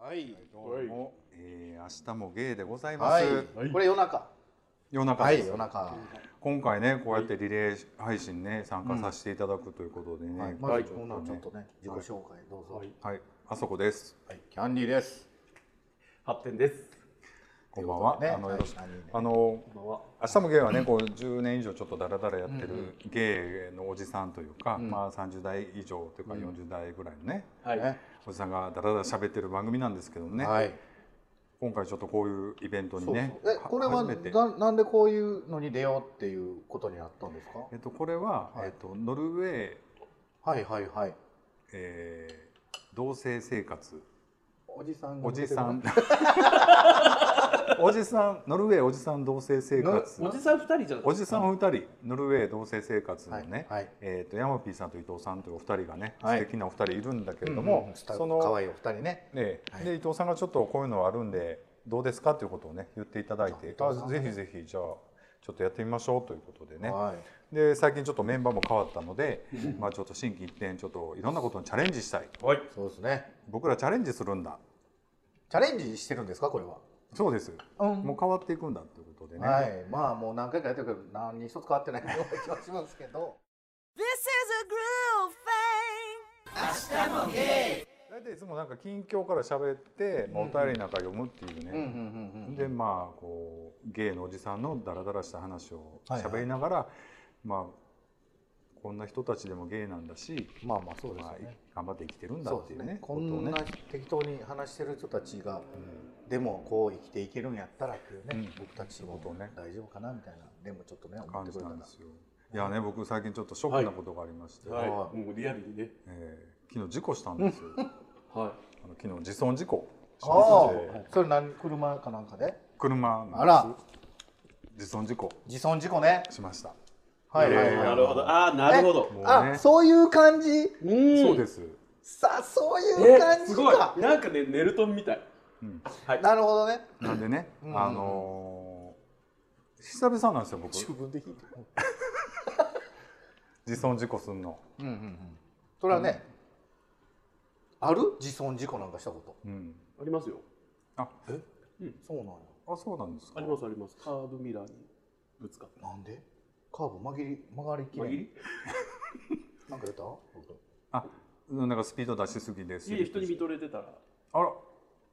はい。おえー、明日もゲイでございまはい。す、これ夜中。夜中はです、い、夜中。今回ねこうやってリレー配信ね参加させていただくということでね、ははいまい、ずコーナーちょっとね、自己紹介どうぞ。あそこですはい、キャンディーです。発展です。こんばんは、というあことでねのよろしく、はいあのこんばんは。明日もゲイはねこう10年以上ちょっとだらだらやってるゲイのおじさんというか、まあ30代以上というか40代ぐらいのね、はい。ねおじさんがだらだら喋ってる番組なんですけどね、はい。今回ちょっとこういうイベントにそうそうねえ、これは初めてななんでこういうのに出ようっていうことになったんですかえっと、これは、はいえっと、ノルウェー、はいはいはい。えー同性生活おじさんがお出じてこさない んおじさんノルウェーおじさん同性生活おじさん二人じゃなおくて。じさんお二人ノルウェー同性生活のね、はいはいえー、とヤマピーさんと伊藤さんというお二人がね、はい素敵なお二人いるんだけれどもも、う、スタッそフ可の、愛いお二人ね。ねはいで伊藤さんがちょっとこういうのあるんでどうですかということをね言っていただいてあ伊藤さんあぜひぜひじゃあちょっとやってみましょうということでね、はい。で最近ちょっとメンバーも変わったの で、まあちょっと心機一転ちょっといろんなことにチャレンジしたいはい。そうですね。僕らチャレンジするんだチャレンジしてるんですか、これは。そうです、うんもう変わっていくんだということでね、はい、まあもう何回かやってるけど何一つ変わってないような気はしますけど This is a groove thing. 大体いつもなんか近況から喋って、まあ、お便りなんか読むっていうね、うんうんうんうんでまあこうゲイのおじさんのダラダラした話をはいはい喋りながら、まあこんな人たちでもゲイなんだし、まあまあそうですまよあね、、頑張って生きてるんだそうっでていすうねねこんことをなね適当に話してる人たちが、でもこう生きていけるんやったらっていうね、僕たちもことをね大丈夫かなみたいなでもちょっとね思っ感てじくれなたんらですよ。いやね僕最近ちょっとショックなことがありまして、はい。はもうリアルにね。えー昨日事故したんですよ。はあの昨日自損事故しあましてあそれ何車かなんかで車のあら自損事故自損事故ねしました。はいはいい。はい、なるほど。ああ、なるほど。もうねあそういう感じうんそうです。さあそういう感え、じすごいか。なんかね、ネルトンみたい。なるほどねなんでね、あのー久々なんですよ僕自分で引いて自損事故すんの。うんうんうん、それはね、ある自損事故なんかしたことうん。ありますよ。あえそうなんやあそうなんですかあり。ますあります。カーブミラーにぶつかった。なんでカーブ曲がり曲がりきれんなんか出た僕あなんかスピード出しすぎです。いえ、人に見とれてたら。あら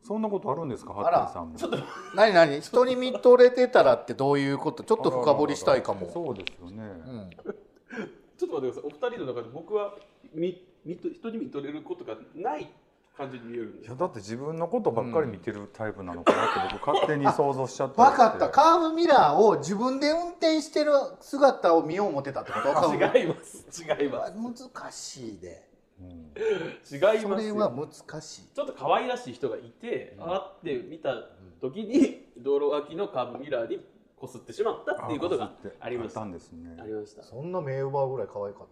そんなことあるんですかハらッテンさんも。ちょっと何何人に見とれてたらってどういう ことちょっと深掘りしたいかもそうですよね。うん、ちょっと待ってください。お二人の中で僕はみみと人に見とれることがない感じに見えるんでいすや。だって自分のことばっかり見てるタイプなのかなって僕勝手に想像しちゃって。分かったカーブミラーを自分で運転してる姿を見よう思ってたってことカーブミラー違います。違います。難しいでうん違いそますれはよ。難しいちょっと可愛らしい人がいて、あーって見た時に道路脇のカーブミラーにこすってしまったっていうことがありました。あったあんですね。りました。そんな名馬ぐらい可愛かっ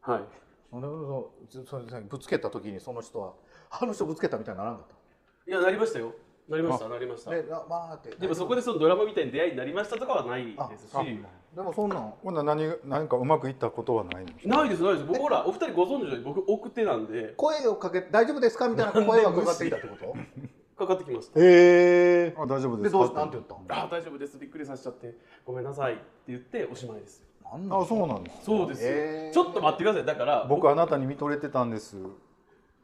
たはあい。れそそそれさぶつけた時にその人はあの人ぶつけたみたいにならんかっいやなりましたよ。なりました。なりましたた。でなまあってでもそこでそのドラマみたいな出会いになりましたとかはないですあし。でもそんなんほんなら何何かうまくいったことはないの。ないですないです。僕ほらお二人ご存知のように僕奥手なんで声をかけ大丈夫ですかみたいな声がかかってきたってことかかってきました。へえあ大丈夫でですか。どうしたなんて言ったあー大丈夫ですびっくりさせちゃってごめんなさいって言っておしまいです。なんあそうなんです。そうですよ、えーちょっと待ってください。だから僕あなたに見とれてたんです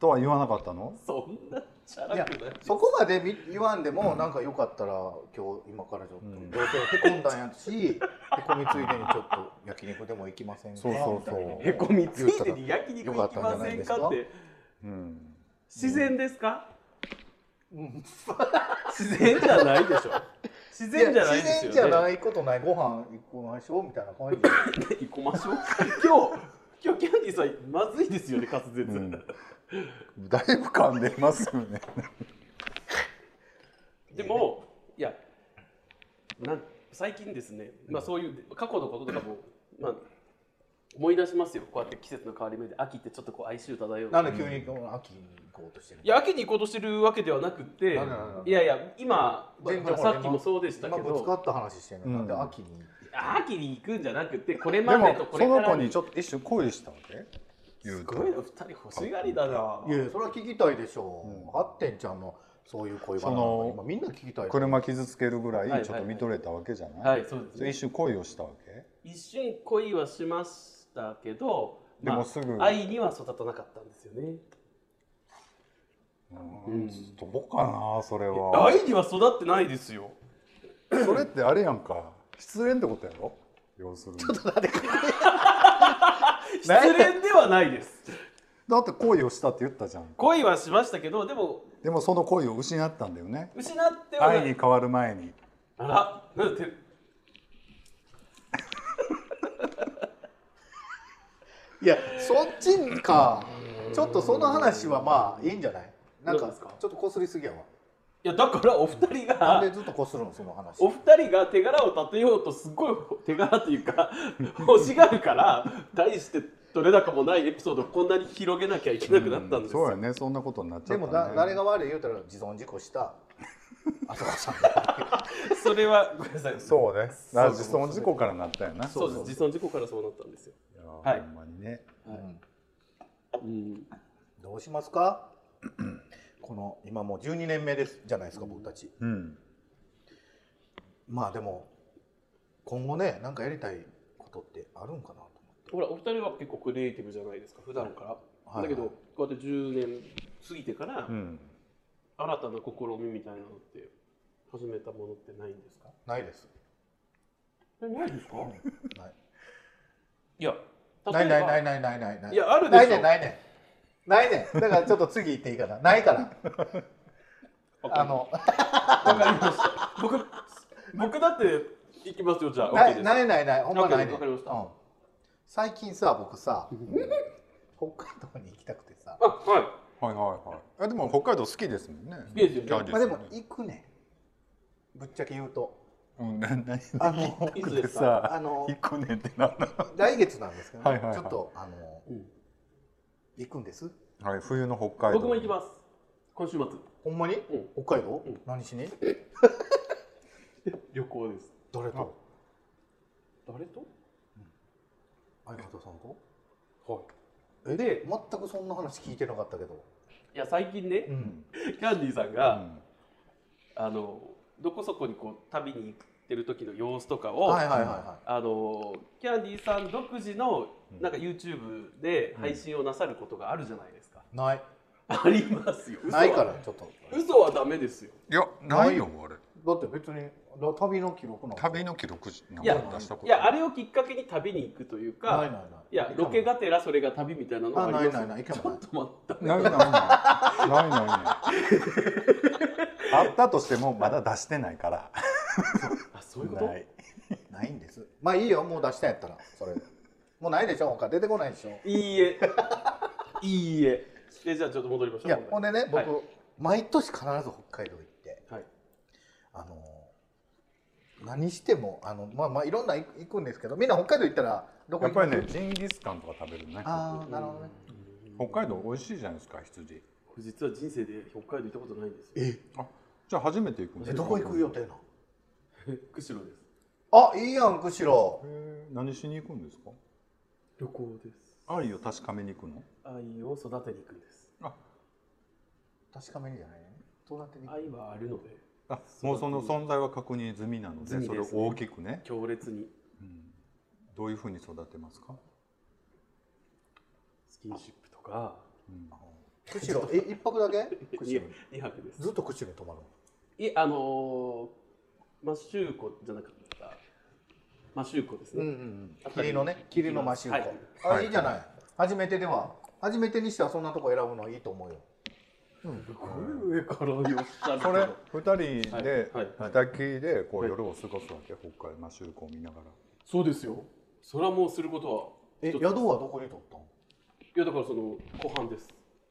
とは言わなかったの？そんなチャいラやくない。そこまでみ言わんでも、なんかよかったら今日今からちょっとんどうせへこんだんやし へこみついでにちょっと焼肉でも行きませんかそうそうそうみたいなへこみついてに焼肉行きませんかってうん。自然ですか、 自然じゃ ないでしょ自然じゃないですよね自然じゃないことないご飯行こましょうみたいな 感じ行こましょう今日今日キャンディーさんまずいですよね滑舌、んだいぶ噛んでますよ ね。でもいやなん最近ですね、まあ、そういう過去のこととかも、まあ、思い出しますよこうやって季節の変わり目で秋ってちょっとこう哀愁漂うなんで急にこの秋に行こうとしてるのいや秋に行こうとしてるわけではなくてなんでなんでなんでいやいや今、全然まあさっきもそうでしたけ今どぶつかった話してるのに、うんなんで秋に秋に行くんじゃなくてこれでまでともこそれのから子にちょっと一瞬恋したわけ？言うすとごいな二人欲しがりだないやいやそれは聞きたいでしょう、あってんちゃんのそういう恋バナなんそかの今みんな聞きたいよ車傷つけるぐはらいいちょっと見とれたわけじゃない、はいそうですそれね一瞬恋をしたわけ一瞬恋はしましたけどでもすぐまあ愛には育たなかったんですよねうんどうかなそれは愛には育ってないで すよそれってあれやんか失恋ってことやろ要するに 失恋ではないですだって恋をしたって言ったじゃん恋はしましたけどでもでもその恋を失ったんだよね失ってはな愛いに変わる前にあらなんていやそっちかちょっとその話はまあいいんじゃないなんどうかですかちょっとこすりすぎやわいやだからお二人なんがでずっとこするのその話お二人が手柄を立てようとすごい手柄ってい うか欲しがるから大して取れ高もないエピソードをこんなに広げなきゃいけなくなったんですそうやよ、ねそんなことになっちゃでった、ね、もだ誰が悪い言うたら自損事故 した浅川さんがそれはごめんなさいそうねラジソン事故からなったよなそういです自損事故からそうなったんですよ、やはいほんまにねうん、どうしますかこの今もう12年目ですじゃないですか僕たちうんまあでも今後ねなんかやりたいことってあるんかなと思ってほらお二人は結構クリエイティブじゃないですか普段から、はいだけどこうやって10年過ぎてからうん新たな試みみたいなのって始めたものってないんですかないですえないですかないいやないないないいないないないないい やあるでなしょいねんないねんないねんだからちょっと次行っていいかなないからあのわかりました僕僕だって行きますよじゃあ OK なでいすないないないほんまないねんわかりましたうん最近さ僕さ北海道に行きたくてさあはいはいはいはいあでも北海道好きですもんね好きですよねキャンディまあーでズも行くねんぶっちゃけ言う とうんな何あのいつでですかさあの行くねんってなんな来月なんですけどね、はいはいはいちょっとあの、うん行くんですのはい冬の北海道僕も行きます今週末ほんまに、ん北海道、ん何しに旅行です誰と誰と相方さんとはえで全くそんな話聞いてなかったけど、いいや最近ねん、キャンディーさんうが、んあのどこそこにこう旅に行ってる時の様子とかを、はいはいはいはあのキャンディーさん独自のなんか YouTube で配信をなさることがあるじゃないですか、 いないありますよ嘘はないからちょっと嘘はダメですよいやないよ俺だって別にだ旅の記録なんか旅の記録なんいやか出したこといやあれをきっかけに旅に行くというかないないないいやロケがてらそれが旅みたいなのあがありなまいすないない行けもない ちょっと待ったないないないないないないあったとしてもまだ出してないからあそういうことないないん ですまあいいよもう出したんやったらそれもうないでしょ他出てこないでしょいいえ いいえでじゃあちょっと戻りましょういやほんでね僕、はい毎年必ず北海道行ってはいあの何してもあのまあまあいろんな行くんですけどみんな北海道行ったらどこやっ行くぱりねジンギスカンとか食べるねああなるほどね北海道美味しいじゃないですか羊僕実は人生で北海道行ったことないんですよえあじゃあ初めて行くんえですかどこ行く予定なの釧路ですあいいやん釧路へえ何しに行くんですか旅行です愛を確かめに行くの愛を育てに行くんです確かめにじゃないねどうなってに愛はあるのであもうその存在は確認済みなので済みそですれねを大きくね強烈にどういうふうに育てますかスキンシップとか釧路え一泊だけ釧路2泊ですずっと釧路に泊まるのいえあのー、マッシューコじゃなかったマッシューコですうね、んうんうん霧のね霧のマシューコ、はいあいいじゃない初めてでは初めてにしてはそんなとこ選ぶのいいと思うよすごい上からよっしゃるけこどれ二人ではいはいはい二人でこはうい夜を過ごすわけ北海道マシュルコを見ながらそうですよそれはもうすることはえ一つ宿はどこに取ったのいやだからその後半です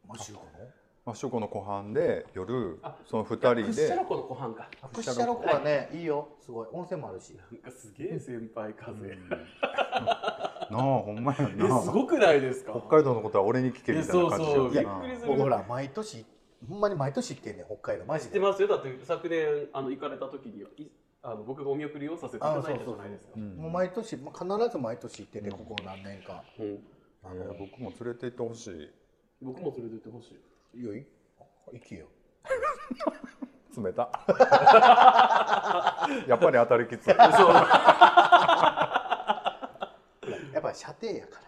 マシューコのマシュルコの湖畔で夜あその二ク人ッシャでラコの後半かあクッシャロコはね、い、いよすごい温泉もあるしなんかすげえ先輩風、 なあほんまやえなすごくないですか北海道のことは俺に聞けみたいな感じいやそうそうやびっくりする僕ほら毎年ほんまに毎年行ってんねん北海道マジ知っでてますよだって昨年あの行かれた時にいあの僕がお見送りをさせていただいたじゃないですかもう毎年もう必ず毎年行っててここ何年かうんあいやの僕も連れて行ってほしい僕も連れてってほ しいいいよい行けよ冷た やっぱり当たりきつい やっぱ射程やか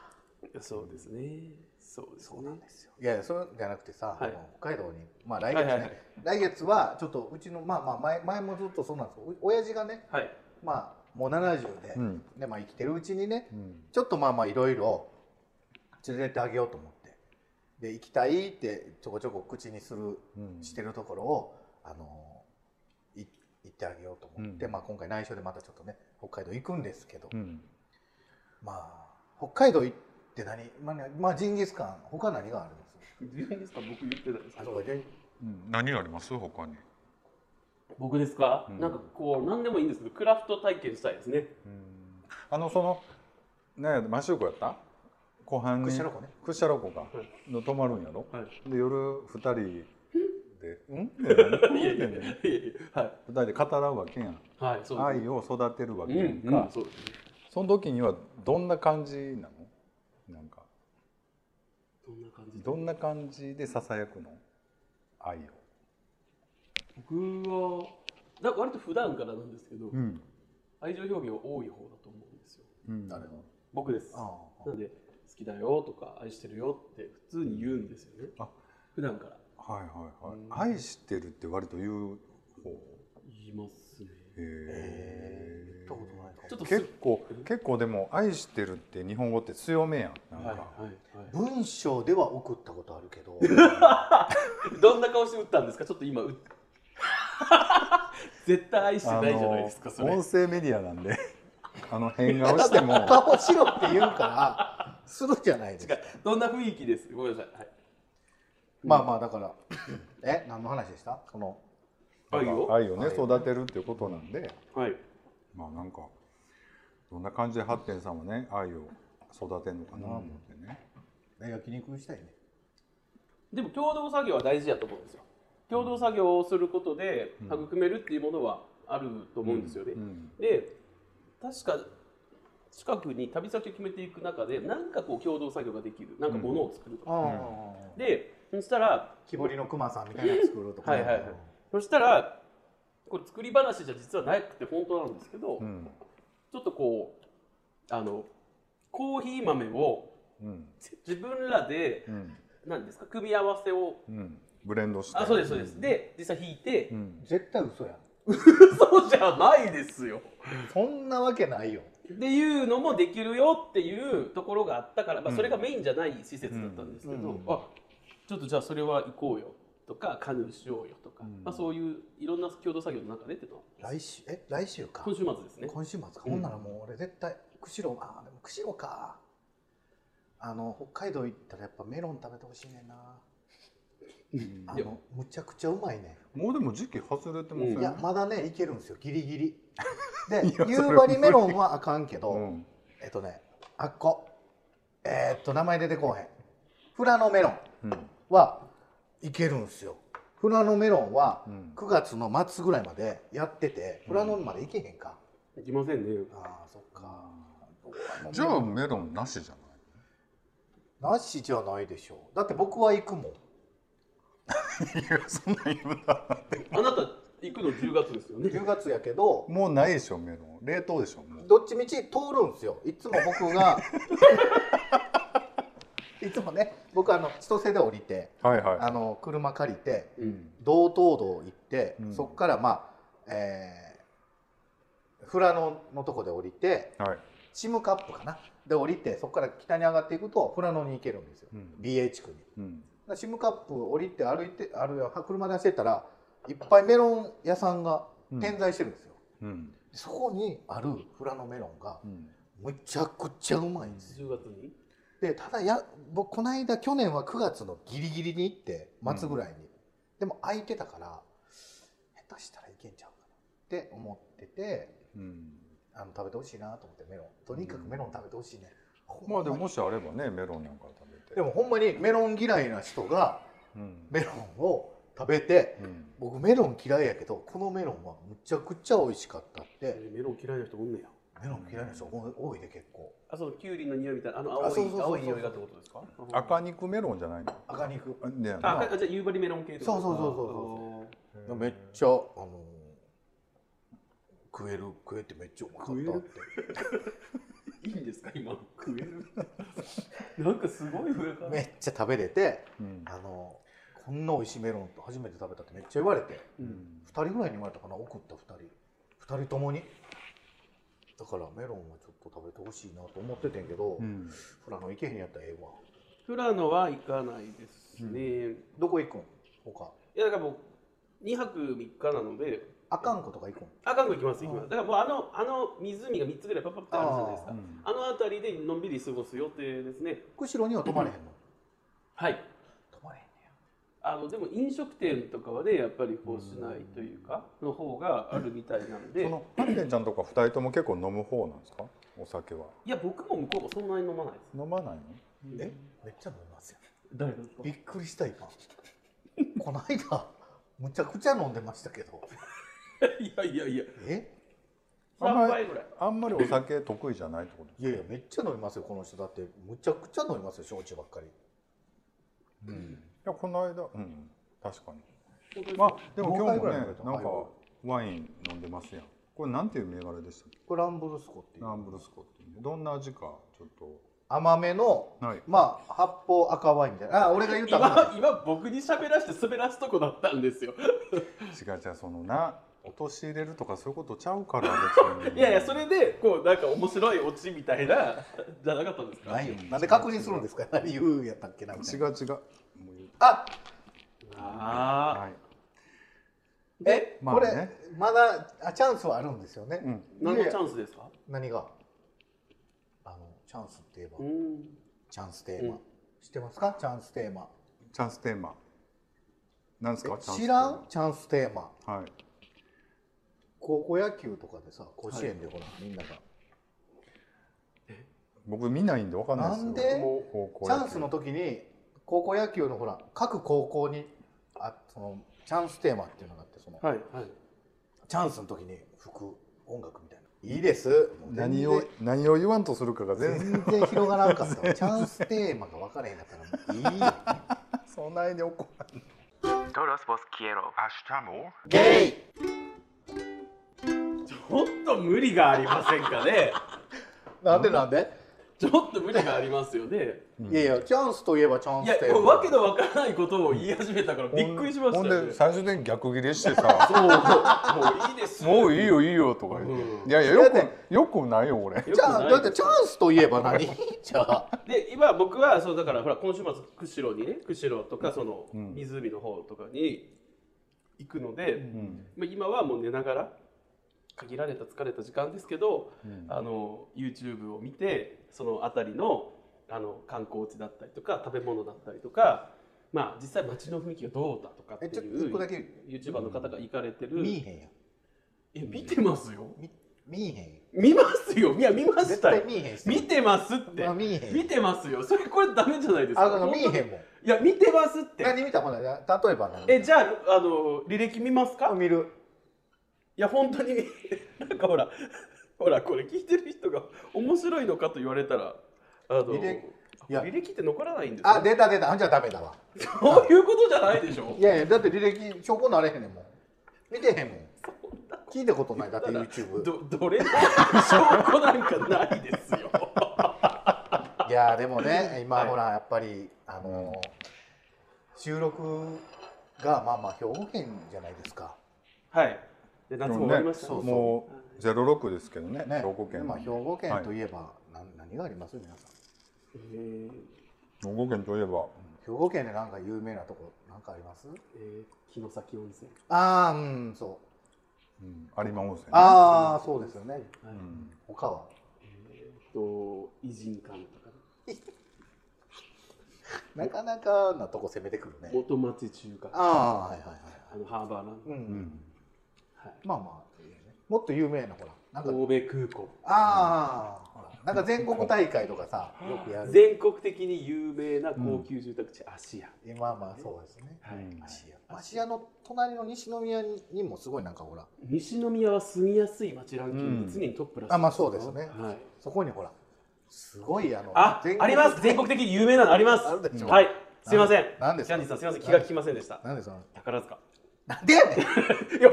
らそうですねそうですねそうなんですよいやいやそれじゃなくてさ、はいあの北海道にまあ来月ね、はいはい来月はちょっとうちのまあまあ前前もずっとそうなんですけどお親父がねはいまあもう70で、うんでまあ生きてるうちにねうんちょっとまあまあいろいろ連れてってあげようと思ってで行きたいってちょこちょこ口にするうんしてるところをあのい行ってあげようと思って、うんまあ今回内緒でまたちょっとね北海道行くんですけど、うんまあ北海道行って何まあね、まあ、ジンギスカン他何があるんです自分ですか僕言ってたんですあけそうどかジンうん何あります他に、僕ですか、うんなんかこう何でもいいんですけどクラフト体験したいですねあのそのねマシューコやった後半にクシャロコねクシャロコか、はの泊まるんやろはいで夜二人で「うん?」いやいやい2やいやは人で語らうわけやんいはいそうです愛を育てるわけやんうんか、うんそうですねその時にはどんな感じなのなんかどんな感じでどんな感じでささやくの愛を、僕はなんか割と普段からなんですけど、ん愛情表現は多い方だと思うんですようん、誰の僕ですああなんで好きだよとか愛してるよって普通に言うんですよねあ普段からはいはいはい、愛してるって割と言う方言いますねえー、行ったことないかもちょっとす結構結構でも「愛してる」って日本語って強めやんなんか、はいはいはい文章では送ったことあるけ どどんな顔して打ったんですかちょっと今打っ 絶対愛してあないじゃないのですかそれ音声メディアなんで あの変顔しても顔しろって言うからするじゃないですか違う どんな雰囲気ですごめんなさい、はい、まあまあだからえ何の話でしたその愛を愛をね育てるっていうことなんではいまあなんかどんな感じで発展さんもね愛を育てるのかなと思ってね、え焼肉したいねでも共同作業は大事だと思うんですよ共同作業をすることでうん育めるっていうものはあると思うんですよね、うんで確か近くに旅先を決めていく中で何かこう共同作業ができるなんかものを作るとか、ああでそしたら木彫りの熊さんみたいなの作るとか、はいはいはいそしたらこれ作り話じゃ実はなくて本当なんですけど、うんちょっとこうあのコーヒー豆をうん自分らでうん何ですか組み合わせをうんブレンドしてあそうですそうです、で実際弾い て、うん絶対嘘やんそうじゃないですよそんなわけないよっていうのもできるよっていうところがあったから、まあ、それがメインじゃない施設だったんですけど、うんうんあちょっとじゃあそれは行こうよとかカヌーしようよとか、うんまあ、そういういろんな共同作業の中でっていうのは来週え来週か今週末ですね今週末か、うんほんならもう俺絶対釧路あーでも釧路かあの北海道行ったらやっぱメロン食べてほしいねんな うんあいやのむちゃくちゃうまいねもうでも時期外れてますよね、うんいやまだねいけるんですよギリギ リでいや夕張メロンはあかんけど、うんえっとねあっこえーっと名前出てこうへん富良野メロンうんはいけるんですよ富良野メロンはうん9月の末ぐらいまでやってて富良野まで行けへんか、行きませんねああそっかじゃあメロンなしじゃなしじゃないでしょうだって僕は行くもん ないいやそんな言うなあなた行くの10月ですよね10月やけどもうないでしょメロン冷凍でしょもうどっちみち通るんですよいつも僕が いつもね僕あの千歳で降りてはいはいあの車借りてうん道東道行って、うんそっからまあえー富良野のとこで降りてはい、チムカップかなで降りてそこから北に上がっていくと富良野に行けるんですよ、うん BA 地区にうん、だからシムカップ降りて歩いてあるいは車で走ってたらいっぱいメロン屋さんが点在してるんですよ、うんそこにある富良野メロンがうんむちゃくちゃうまいんですよ10月にでただや僕この間去年は9月のギリギリに行って末ぐらいに、でも空いてたから下手したらいけんちゃうかなって思っててうんあの食べてほしいなと思ってメロンとにかくメロン食べてほしいね、ほんまあでもにもしあればねメロンなんか食べてでもほんまにメロン嫌いな人がうんメロンを食べてうん僕メロン嫌いやけどこのメロンはむちゃくちゃ美味しかったってメロン嫌いな人おんねやメロン嫌いな人多多いで結構あそのキュウリの匂いみたいなあのあ青そうそうそういそう青い匂いがってことですか？赤肉メロンじゃないの赤肉あねあ赤あじゃあ夕張メロン系ってことそうそうそうそうあーめっちゃあの食える食えてめっちゃうまかったっていいんですか今食える？なんかすごい上から。めっちゃ食べれてうんあのこんな美味しいメロンと初めて食べたってめっちゃ言われてううんん2人ぐらいに言われたかな送った2人2人ともにだからメロンはちょっと食べてほしいなと思っててんけど、うんほらあの行けへんやったらええわ富良野は行かないですね。どこ行くん他いやだからもう二泊三日なので。あかんことか行くんあ韓国行きます行きますだからもうあのあの湖が三つぐらいパッパッってあるじゃないですかうあんの辺りでのんびり過ごす予定ですね釧路には泊まれへんのはい泊まれへんねあのでも飲食店とかはねやっぱりこうしないというかの方があるみたいなんでそのハリケンちゃんとか二人とも結構飲む方なんですかお酒はいや僕も向こうもそんなに飲まないです飲まないのやえめっちゃ飲みますよ誰ですかびっくりした今この間むちゃくちゃ飲んでましたけどいやいやいやえあん3まり杯ぐらいあんまりお酒得意じゃないってこといやいやめっちゃ飲みますよこの人だってむちゃくちゃ飲みますよ焼酎ばっかりいやこの間うん確かに本当ですかまあでもどう今日もぐねらい飲なんめかたのワイン飲んでますやんこれなんていう銘柄でしたっけこれランブルスコっていうランブルスコっていうねどんな味かちょっと甘めのはいまあ発泡赤ワインみたいなあ俺が言うた今ら今僕に喋らして滑らすとこだったんですよ違う違うそのな落とし入れるとかそういうことちゃう から別にいやいやそれでこうなんか面白いオチみたいな じゃなかったんですかないよなんで確認するんですか何言うんやったっけなみた違いうな違うもう言うあああはいえ、まあこねれまだあチャンスはあるんですよね、うん何のチンャンスですか何があのチャンスって言えばうんチャンステーマ、うん知ってますかチャンステーマチャンステーマなんですかえチャンステ知ーマらんチャンステーマはい高校野球とかでさ甲子園でほら、みんなが僕見ないんでわかんないですよなんでもう高校チ野球ャンスの時に高校野球のほら各高校にあそのチャンステーマっていうのがあってその、はいはいチャンスの時に吹く音楽みたいないいですもう全何然を何を言わんとするかが全然全然広がらんかったわチャンステーマが分からへんかったらもういい そんなに怒らない Todos vos quiero. Hasta mo. ゲイちょっと無理がありませんかねなんでなんで、ちょっと無理がありますよねうんいやいやチャンスといえばチャンいやステーもうマ訳のわからないことを言い始めたからびっくりしましたほんよほんねで最終的に逆ギレして さもうもういいですもういいよいいよとか言って、うんいやいやよだってくよくないよ俺よくじゃなあいだってチャンスといえば何 じゃあで今僕はそうだからほら今週末釧路にね釧路とかそのうん湖の方とかに行くので、うんまあ今はもう寝ながら限られた疲れた時間ですけど、うんあの YouTube を見てその辺りのあの観光地だったりとか食べ物だったりとか、まあ、実際街の雰囲気がどうだとかってえちょっとい一う個だけ YouTuber の方が行かれてる、見えへんやんえ見てますよ見見えへんやん見ますよいや見ま絶した対よ見えへんし見てますってあ見えへん見てますよそれこれダメじゃないですかあだから見えへん本当にもんいや見てますって何見たほら例えば何えじゃああの履歴見ますか見るいや本当に なんかほらほらこれ聞いてる人が面白いのかと言われたらあの履歴いや履歴って残らないんですあよ出た出たあんじゃダメだわそういうことじゃないでしょいやいやだって履歴証拠なれへんねんもん見てへんもん聞いたことないだって YouTube どどれも証拠なんかないですよいやでもね今はいほらやっぱりあの収録がまあまあ兵庫県じゃないですかはいで夏も終わりましたねそうそうもうゼロ六ですけどねね兵庫県まあ兵庫は県いといえば何何があります皆さんえー兵庫県といえば兵庫県でなんか有名なとこなんかありますえー城崎温泉ああうんそううん有馬温泉ああそうですよねはいうん他はと偉人館とかなかなかなとこ攻めてくるね元町中華ああはいはいはいあのハーバーランド、うん、うんはい、まあまあいいよねもっと有名なほらなんか神戸空港ああ、ほらなんか全国大会とかさよくやる全国的に有名な高級住宅地、芦屋まあまあそうですねはいうん芦屋芦屋の隣の西宮にもすごいなんかほら西宮は住みやすい街ランキングで常にトップらしいあまあそうですねはい、そこにほらすごいあのあ全国あります全国的に有名なのありますあるでしょはいすいませんなんですキャかンディーさんすいません気が利きませんでしたなんでその宝塚なんでやねんいや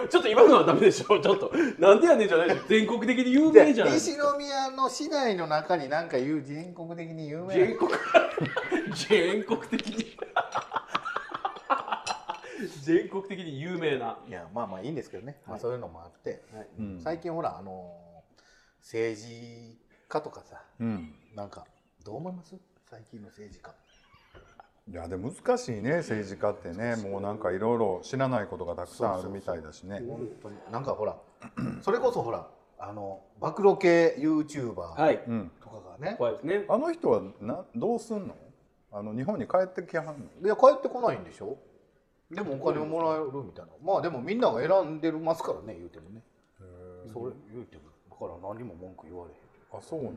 ちょっと今のはダメでしょちょっとなんでやねんじゃないでしょ全国的に有名じゃない西宮の市内の中になんかいう全国的に有名な全国全国的に全国的に有名ないやまあまあいいんですけどね、まあ、そういうのもあって、うん最近ほらあのー政治家とかさうんなんかどう思います最近の政治家いやでも難しいね政治家ってねもうなんかいろいろ知らないことがたくさんあるみたいだしね本当になんかほらそれこそほらあの暴露系 YouTuber いうんとかがね、怖いですねあの人はなどうすんのあの日本に帰ってきはんのい、や帰ってこないんでしょでもお金をもらえるみたいなまあでもみんなが選んでますからね言うてもねそれ言うてもだから何も文句言われへんあそうなん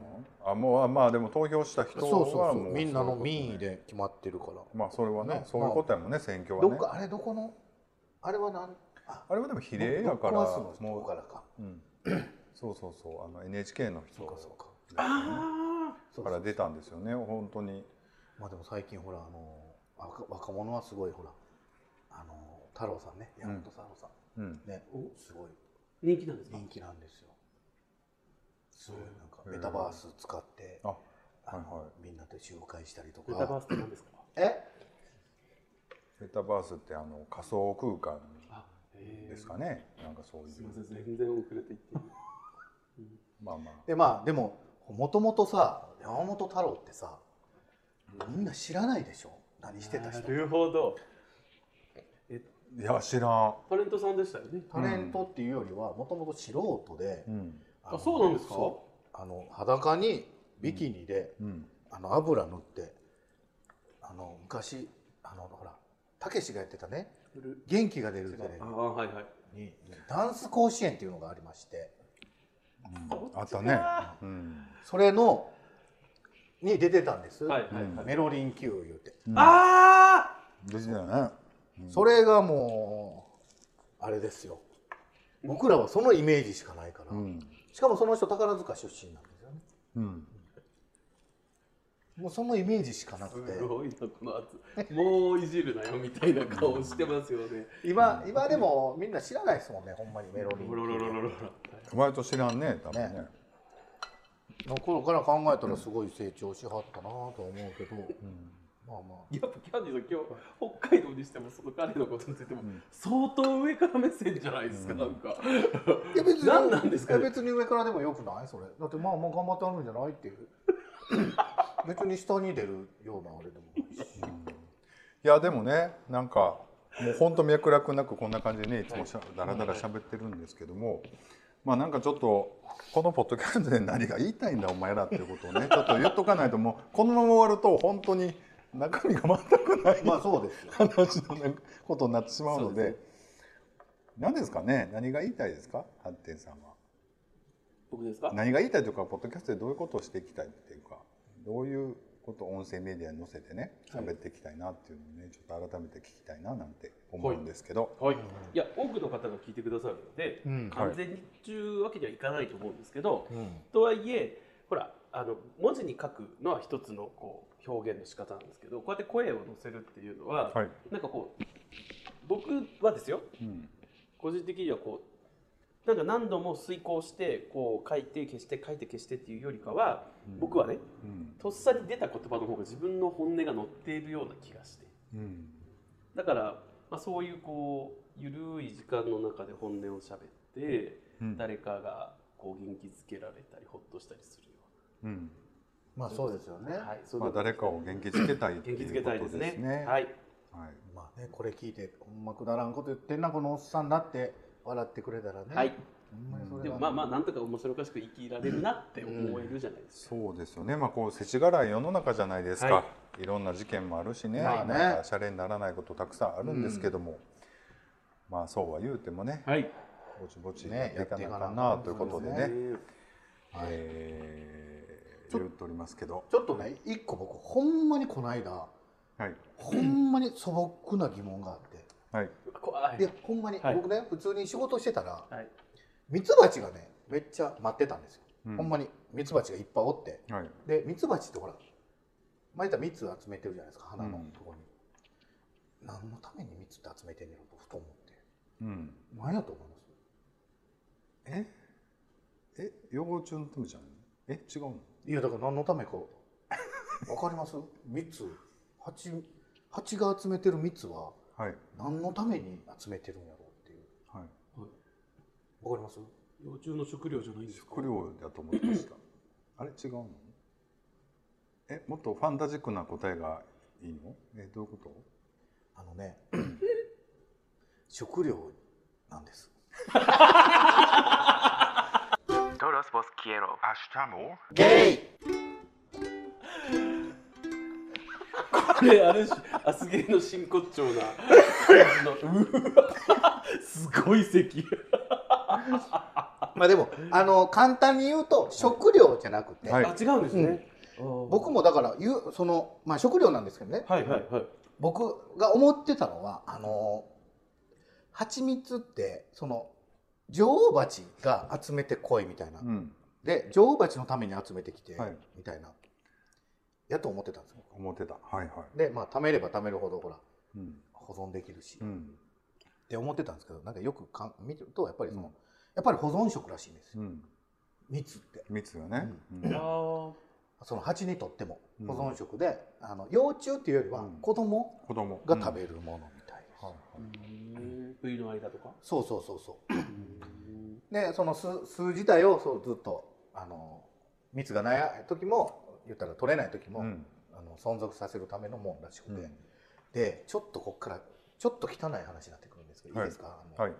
あもうまあでも投票した人そうはそうそうもうみんなのそういう民意で決まってるからことまあそれはねねそういうことやもんね選挙はどっねかあれどこのあれは何あれはでも比例やからロックハウスのも人うからかうんそうそうそうあの NHK の人そうかそうかあそうかそうら出たんですよね本当にまあでも最近ほらあの若若者はすごいほらあの太郎さんね山本太郎さん、うんねすごい人気なんですか人気なんですよすごいなんかメタバース使ってあはあいのはみんなで集会したりとメタバーかスって何ですかえいメタバースってあの仮想空間あえですかねなんかそういすみうません全然遅れていってまあまあでまあでももともとさ山本太郎ってさみんな知らないでしょ何してた人なるほどいや知らんタレントさんでしたよねタレントっていうよりはもともと素人で、うんあそうなんですかそうあの裸にビキニで、うんあの油塗ってあの昔あのほらたけしがやってたね「元気が出るテレああはいはいビ」にダンス甲子園っていうのがありましてあったねうんそれのに出てたんです、はいはいはいメロリン Q 言うて、あ出てたよねそれがもうあれですよ僕らはそのイメージしかないから、うんしかもその人宝塚出身なんですよねうんもうそのイメージしかなあくてすごいなこの圧もういじるなよみたいな顔してますよね今今でもみんな知らないですもんねほんまにメロディロロロロロロロ割と知らんね多分ねねーの頃から考えたらすごい成長しはったなと思うけど、まあまあやっぱキャンディーさん今日北海道にしてもその彼のことについても相当上から目線じゃないですか、なんかいや別に何なんですかねいや別に上からでもよくないそれだってまあまあ頑張ってあるんじゃないっていう 別に下に出るようなあれでもないし、いやでもねなんかもうほんと脈絡なくこんな感じでねいつもしゃだらだら喋ってるんですけどもまあなんかちょっとこのポッドキャストで何が言いたいんだお前らっていうことをね ちょっと言っとかないともうこのまま終わると本当に中身が全くないまあそうですよ話のなんかことになってしまうのそうでで何ですかね何が言いたいですかハッテンさんは。僕ですか何が言いたいというかポッドキャストでどういうことをしていきたいっていうかどういうことを音声メディアに載せてねはい喋っていきたいなっていうのをねちょっと改めて聞きたいななんて思うんですけど、はい、いや多くの方が聞いてくださるので、うん完全にっていうわけにはいかないと思うんですけど、うんとはいえほらあの文字に書くのは一つのこう表現の仕方なんですけどこうやって声を乗せるっていうのは、はいなんかこう僕はですようん個人的にはこうなんか何度も遂行してこう書いて消して書いて消してっていうよりかは、僕はねうんとっさに出た言葉の方が自分の本音が乗っているような気がしてうんだから、まあ、そういうこうゆるい時間の中で本音を喋って、うん誰かがこう元気づけられたりほっとしたりするようんまあそうですようね、な、はい、そういうまあ、の誰かを元気づけたいってい元う気づけたいこでとすでねすね。はいはいまあねこれ聞いてほんまくだらんこと言ってんなこのおっさんだって笑ってくれたらね、はい、ほんまにそれでがもまあまあなんとか面白おかしく生きられるなって思えるじゃないですか、そうですよね、まあ、こう世知辛い世の中じゃないですか、、はいろんな事件もあるしね,、まあねなんかシャレにならないことたくさんあるんですけども、まあそうは言うてもねはいぼちぼちやっねていかなあかんやなってといいうかなあかこんとでそうですね、ねえちー、ょ言っておりますけど、ちょっとね一個僕ほんまにこの間はい、ほんまに素朴な疑問があってはい、怖いいやほんまに、はい僕ね普通に仕事してたらはいミツバチがねめっちゃ待ってたんですよ、うんほんまにミツバチがいっぱいおってはい、でミツバチってほらまあ、言ったら蜜集めてるじゃないですか花のとこに、何のために蜜って集めてんねんとふと思ってうん、何やと思いますえ、え、養蜂中のトムちゃん、え、違うの？いやだから何のためか わかります蜜蜂蜂が集めてる蜜ははい、何のために集めてるんやろうっていうはい、わかります幼虫の食料じゃないんですか食料だと思ってま した。あれ違うの？え、もっとファンタジックな答えがいいの？え、どういうこと？あの ね食料なんです Todos vos quiero. Hasta amor. ゲイこれある種アスゲーの真骨頂な 感じのうわすごい咳まあでもあの簡単に言うと食料じゃなくて、はいあ違うんですね、僕もだから言うその、まあ、食料なんですけどねはいはいはい僕が思ってたのはあの蜂蜜ってその女王蜂が集めてこいみたいな、うん、で女王蜂のために集めてきて、はいみたいなやと思ってたんですよ思ってた。はいはでまあ貯めれば貯めるほどほらい。うん、保存できるし、うっん、て思ってたんですけどなんかよくかん見るとやっぱりその、うんやっぱり保存食らしいんですようん、蜜って蜜がね。うんあーその蜂にとってもうん保存食で、あの幼虫っていうよりはうん子供、子供が食べるものみたいな、うん冬の間とかそうそうそうそうでその巣巣自体をそうずっとあの蜜がない時も言ったら取れない時も、うんあの存続させるためのもんらしくて、うんでちょっとこっからちょっと汚い話になってくるんですけど、はいい、いですかあの、はい。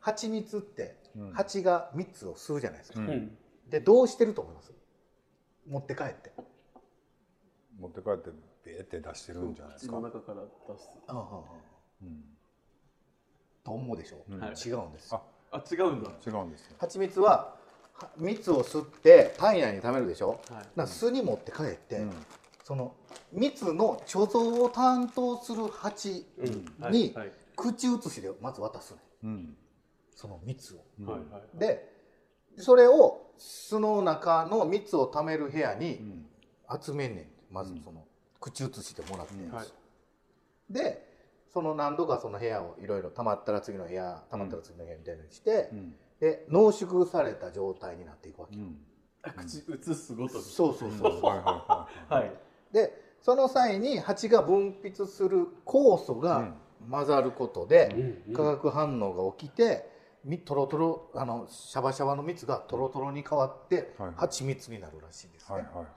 蜂蜜ってうん蜂が蜜を吸うじゃないですか、ううんんでどうしてると思います持って帰って、持って帰ってベーって出してるんじゃないで口すかの。中から出すうんうんうんうんと思うでしょ、うんはい違うんですあ、あ違うんだ違うんですよ。蜂蜜はは蜜を吸って体内に貯めるでしょ、はいな巣に持って帰って、うんその蜜の貯蔵を担当する蜂うんはいにはい口移しでまず渡すねうん。その蜜を。うんはいはいでそれを巣の中の蜜を貯める部屋うにん集めんねんまずうんその口移しでもらって、うんはいでその何度かその部屋をいろいろ溜まったら次の部屋溜まったら次の部屋みたいなにして、うんで濃縮された状態になっていくわけう、ん。あ口移すごとにそうそうそうそうはいははいでその際に蜂が分泌する酵素が混ざることで化学反応が起きてみトロトロあのシャバシャバの蜜がトロトロに変わってはいはい蜂蜜になるらしいんですいはい。ね、はいはいは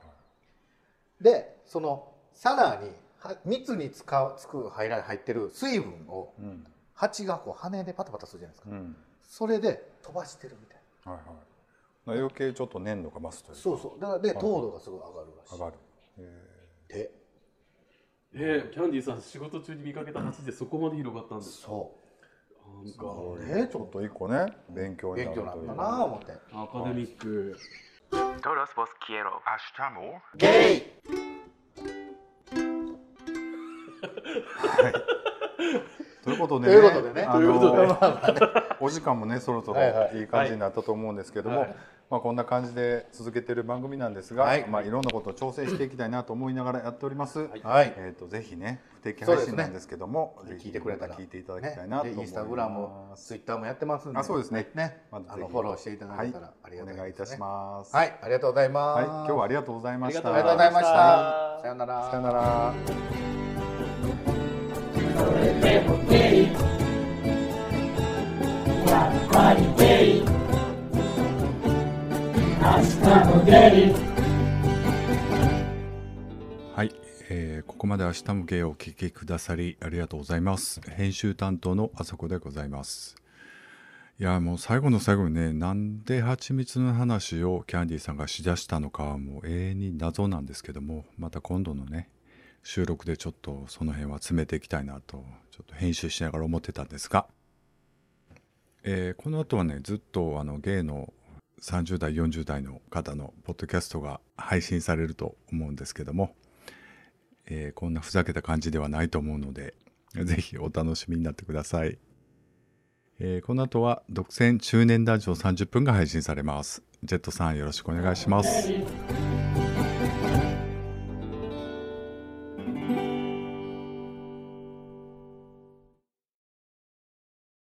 い。でそのさらには蜜につかつく入ら入ってる水分をうん。蜂がこう羽でパタパタするじゃないですか、うん。それで飛ばしてるみたいはいはい。まあ余計ちょっと粘度が増すといなう。そうそうだからで糖度がすごい上がるらしい上がる。でえーキャンディーさん仕事中に見かけた蜂でそこまで広がったんですそなんかうえねちょっと一個ね勉強に勉なる強とになっいうたなあ思ってアカデミック Todos vos quiero. Hasta amor. ゲイということでということでねあのということでお時間もねそろそろはいはいいい感じになったと思うんですけども、はいまあ、こんな感じで続けてる番組なんですが、はいいまあ、いろんなことを挑戦していきたいなと思いながらやっております、はいえー、とぜひね不定期配信なんですけども、ねぜひ聞いてくれたら聞いていただきたいなと思います、ね、インスタグラム、ツイッターもやってますんで、あそうですねね、まずぜあひのフォローしていただはいけたらありがたいです、ねお願いいたします、はい、ありがとうございます。はい今日はありがとうございましたあありりががととうござうございいままししたた。さよなら。さよならはい、えーここまで明日も芸をお聞きくださりありがとうございます。編集担当のあそこでございます。いやもう最後の最後にねなんで蜂蜜の話をキャンディーさんがしだしたのかはもう永遠に謎なんですけどもまた今度のね収録でちょっとその辺は詰めていきたいなとちょっと編集しながら思ってたんですがえーこの後はねずっとあの芸の30代40代の方のポッドキャストが配信されると思うんですけども、えーこんなふざけた感じではないと思うのでぜひお楽しみになってください、えーこの後は独占中年ラジオ30分が配信されますジェットさんよろしくお願いします